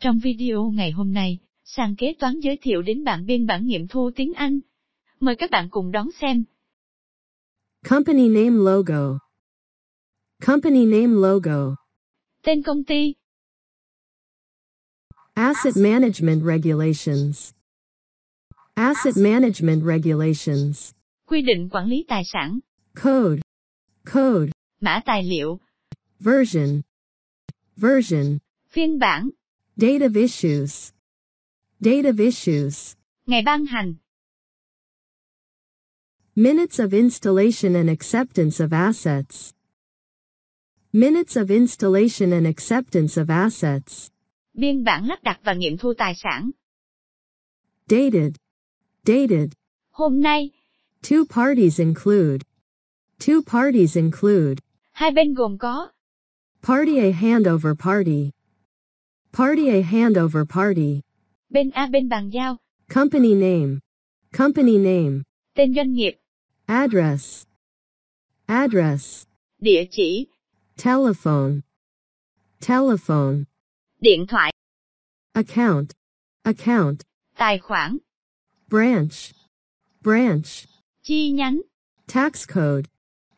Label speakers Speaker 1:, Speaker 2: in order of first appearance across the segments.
Speaker 1: Trong video ngày hôm nay, sàn kế toán giới thiệu đến bạn biên bản nghiệm thu tiếng Anh. Mời các bạn cùng đón xem.
Speaker 2: Company name logo. Company name logo.
Speaker 1: Tên công ty,
Speaker 2: Asset management regulations. Asset management regulations.
Speaker 1: quy định quản lý tài sản,
Speaker 2: Code. Code.
Speaker 1: mã tài liệu,
Speaker 2: Version. Version.
Speaker 1: phiên bản,
Speaker 2: Date of issues. Date of issues.
Speaker 1: ngày ban hành,
Speaker 2: Minutes of installation and acceptance of assets. Minutes of installation and acceptance of assets.
Speaker 1: biên bản lắp đặt và nghiệm thu tài sản.
Speaker 2: Dated. Dated.
Speaker 1: Hôm nay,
Speaker 2: Two parties include. Two parties include.
Speaker 1: hai bên gồm có
Speaker 2: Party A handover party. Party A handover party.
Speaker 1: bên A bên bàn giao,
Speaker 2: Company name. Company name.
Speaker 1: tên doanh nghiệp,
Speaker 2: Address. Address.
Speaker 1: địa chỉ,
Speaker 2: Telephone. Telephone.
Speaker 1: điện thoại,
Speaker 2: Account. Account.
Speaker 1: tài khoản,
Speaker 2: Branch. Branch.
Speaker 1: chi nhánh,
Speaker 2: Tax code.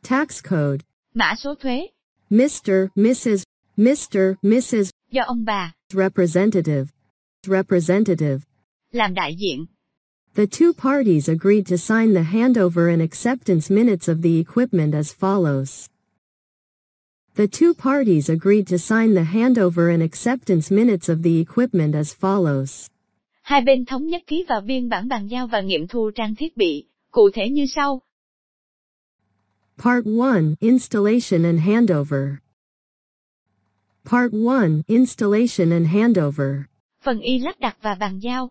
Speaker 2: Tax code.
Speaker 1: mã số thuế,
Speaker 2: Mr. Mrs. Mr. Mrs.
Speaker 1: do ông bà,
Speaker 2: Representative. Representative.
Speaker 1: làm đại diện.
Speaker 2: The two parties agreed to sign the handover and acceptance minutes of the equipment as follows. The two parties agreed to sign the handover and acceptance minutes of the equipment as follows.
Speaker 1: Hai bên thống nhất ký vào biên bản bàn giao và nghiệm thu trang thiết bị, cụ thể như sau.
Speaker 2: Part 1 Installation and Handover. Part 1 Installation and Handover.
Speaker 1: Phần y lắp đặt và bàn giao,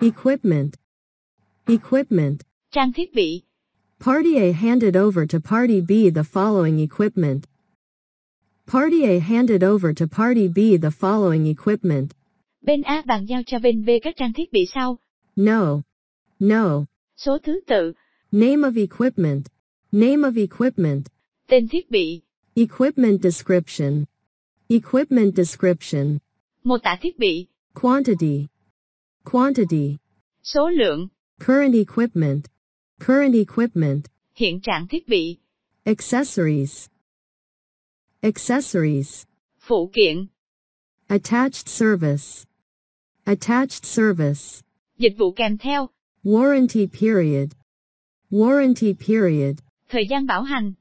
Speaker 2: Equipment. Equipment.
Speaker 1: trang thiết bị,
Speaker 2: Party A handed over to Party B the following equipment. Party A handed over to Party B the following equipment.
Speaker 1: bên A bàn giao cho bên B các trang thiết bị sau,
Speaker 2: No. No.
Speaker 1: số thứ tự,
Speaker 2: Name of equipment. Name of equipment.
Speaker 1: tên thiết bị,
Speaker 2: Equipment description. Equipment description.
Speaker 1: mô tả thiết bị,
Speaker 2: Quantity. Quantity.
Speaker 1: số lượng,
Speaker 2: Current equipment. Current equipment.
Speaker 1: hiện trạng thiết bị,
Speaker 2: Accessories. Accessories.
Speaker 1: phụ kiện,
Speaker 2: Attached service. Attached service.
Speaker 1: dịch vụ kèm theo,
Speaker 2: Warranty period. Warranty period.
Speaker 1: thời gian bảo hành,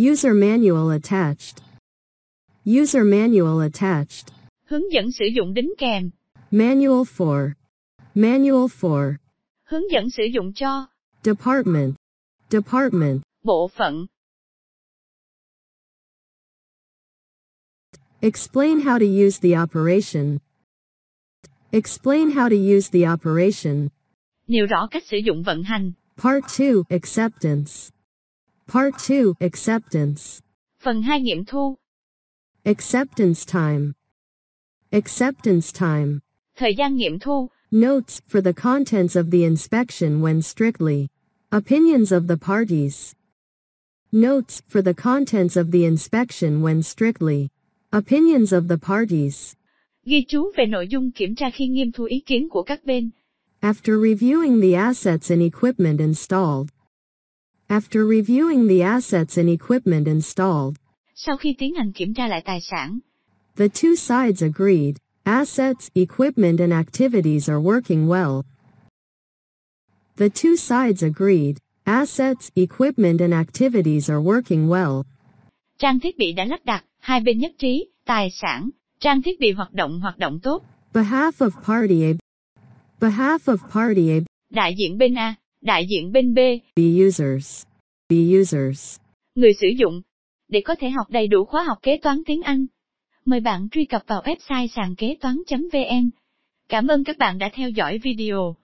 Speaker 2: User manual attached. User manual attached.
Speaker 1: hướng dẫn sử dụng đính kèm,
Speaker 2: Manual for. Manual for.
Speaker 1: hướng dẫn sử dụng cho,
Speaker 2: Department. Department.
Speaker 1: bộ phận,
Speaker 2: Explain how to use the operation. Explain how to use the operation.
Speaker 1: nêu rõ cách sử dụng vận hành,
Speaker 2: Part 2 Acceptance. Part 2 Acceptance.
Speaker 1: phần 2 nghiệm thu,
Speaker 2: Acceptance time. Acceptance time.
Speaker 1: thời gian nghiệm thu,
Speaker 2: Notes for the contents of the inspection when strictly. Opinions of the parties. Notes for the contents of the inspection when strictly. Opinions of the parties.
Speaker 1: ghi chú về nội dung kiểm tra khi nghiêm thu ý kiến của các bên,
Speaker 2: After reviewing the assets and equipment installed. After reviewing the assets and equipment installed.
Speaker 1: sau khi tiến hành kiểm tra lại tài sản,
Speaker 2: The two sides agreed. Assets, equipment, and activities are working well. The two sides agreed. Assets, equipment, and activities are working well.
Speaker 1: trang thiết bị đã lắp đặt, hai bên nhất trí, tài sản, trang thiết bị hoạt động hoạt động tốt,
Speaker 2: Behalf of party A. Behalf of party A.
Speaker 1: đại diện bên A, đại diện bên B,
Speaker 2: B users. B users.
Speaker 1: người sử dụng. Để có thể học đầy đủ khóa học kế toán tiếng Anh, mời bạn truy cập vào website sàn kế toán.vn. Cảm ơn các bạn đã theo dõi video.